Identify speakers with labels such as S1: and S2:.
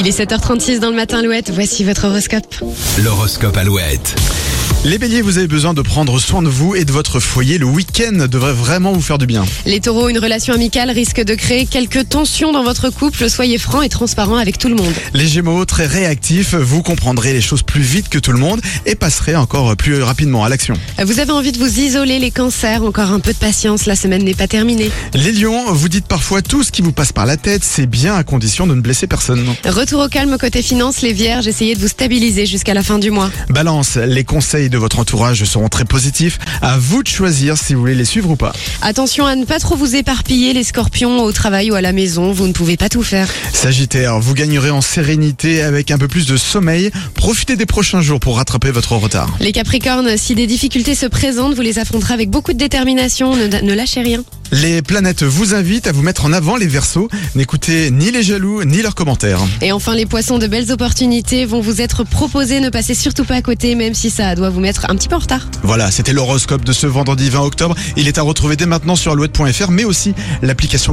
S1: Il est 7h36 dans le matin, Louette. Voici votre horoscope.
S2: L'horoscope Alouette.
S3: Les béliers, vous avez besoin de prendre soin de vous et de votre foyer. Le week-end devrait vraiment vous faire du bien.
S1: Les taureaux, une relation amicale risque de créer quelques tensions dans votre couple. Soyez franc et transparent avec tout le monde.
S3: Les gémeaux, très réactifs, vous comprendrez les choses plus vite que tout le monde et passerez encore plus rapidement à l'action.
S1: Vous avez envie de vous isoler, les cancers. Encore un peu de patience, la semaine n'est pas terminée.
S3: Les lions, vous dites parfois tout ce qui vous passe par la tête, c'est bien à condition de ne blesser personne.
S1: Retour au calme côté finance, les vierges. Essayez de vous stabiliser jusqu'à la fin du mois.
S3: Balance, les conseils de votre entourage seront très positifs. À vous de choisir si vous voulez les suivre ou pas.
S1: Attention à ne pas trop vous éparpiller, les scorpions, au travail ou à la maison. Vous ne pouvez pas tout faire.
S3: Sagittaire, vous gagnerez en sérénité avec un peu plus de sommeil. Profitez des prochains jours pour rattraper votre retard.
S1: Les capricornes, si des difficultés se présentent, vous les affronterez avec beaucoup de détermination. Ne, ne lâchez rien.
S3: Les planètes vous invitent à vous mettre en avant les versos. N'écoutez ni les jaloux ni leurs commentaires.
S1: Et enfin, les poissons, de belles opportunités vont vous être proposées. Ne passez surtout pas à côté, même si ça doit vous mettre un petit peu en retard.
S3: Voilà, c'était l'horoscope de ce vendredi 20 octobre. Il est à retrouver dès maintenant sur alouette.fr, mais aussi l'application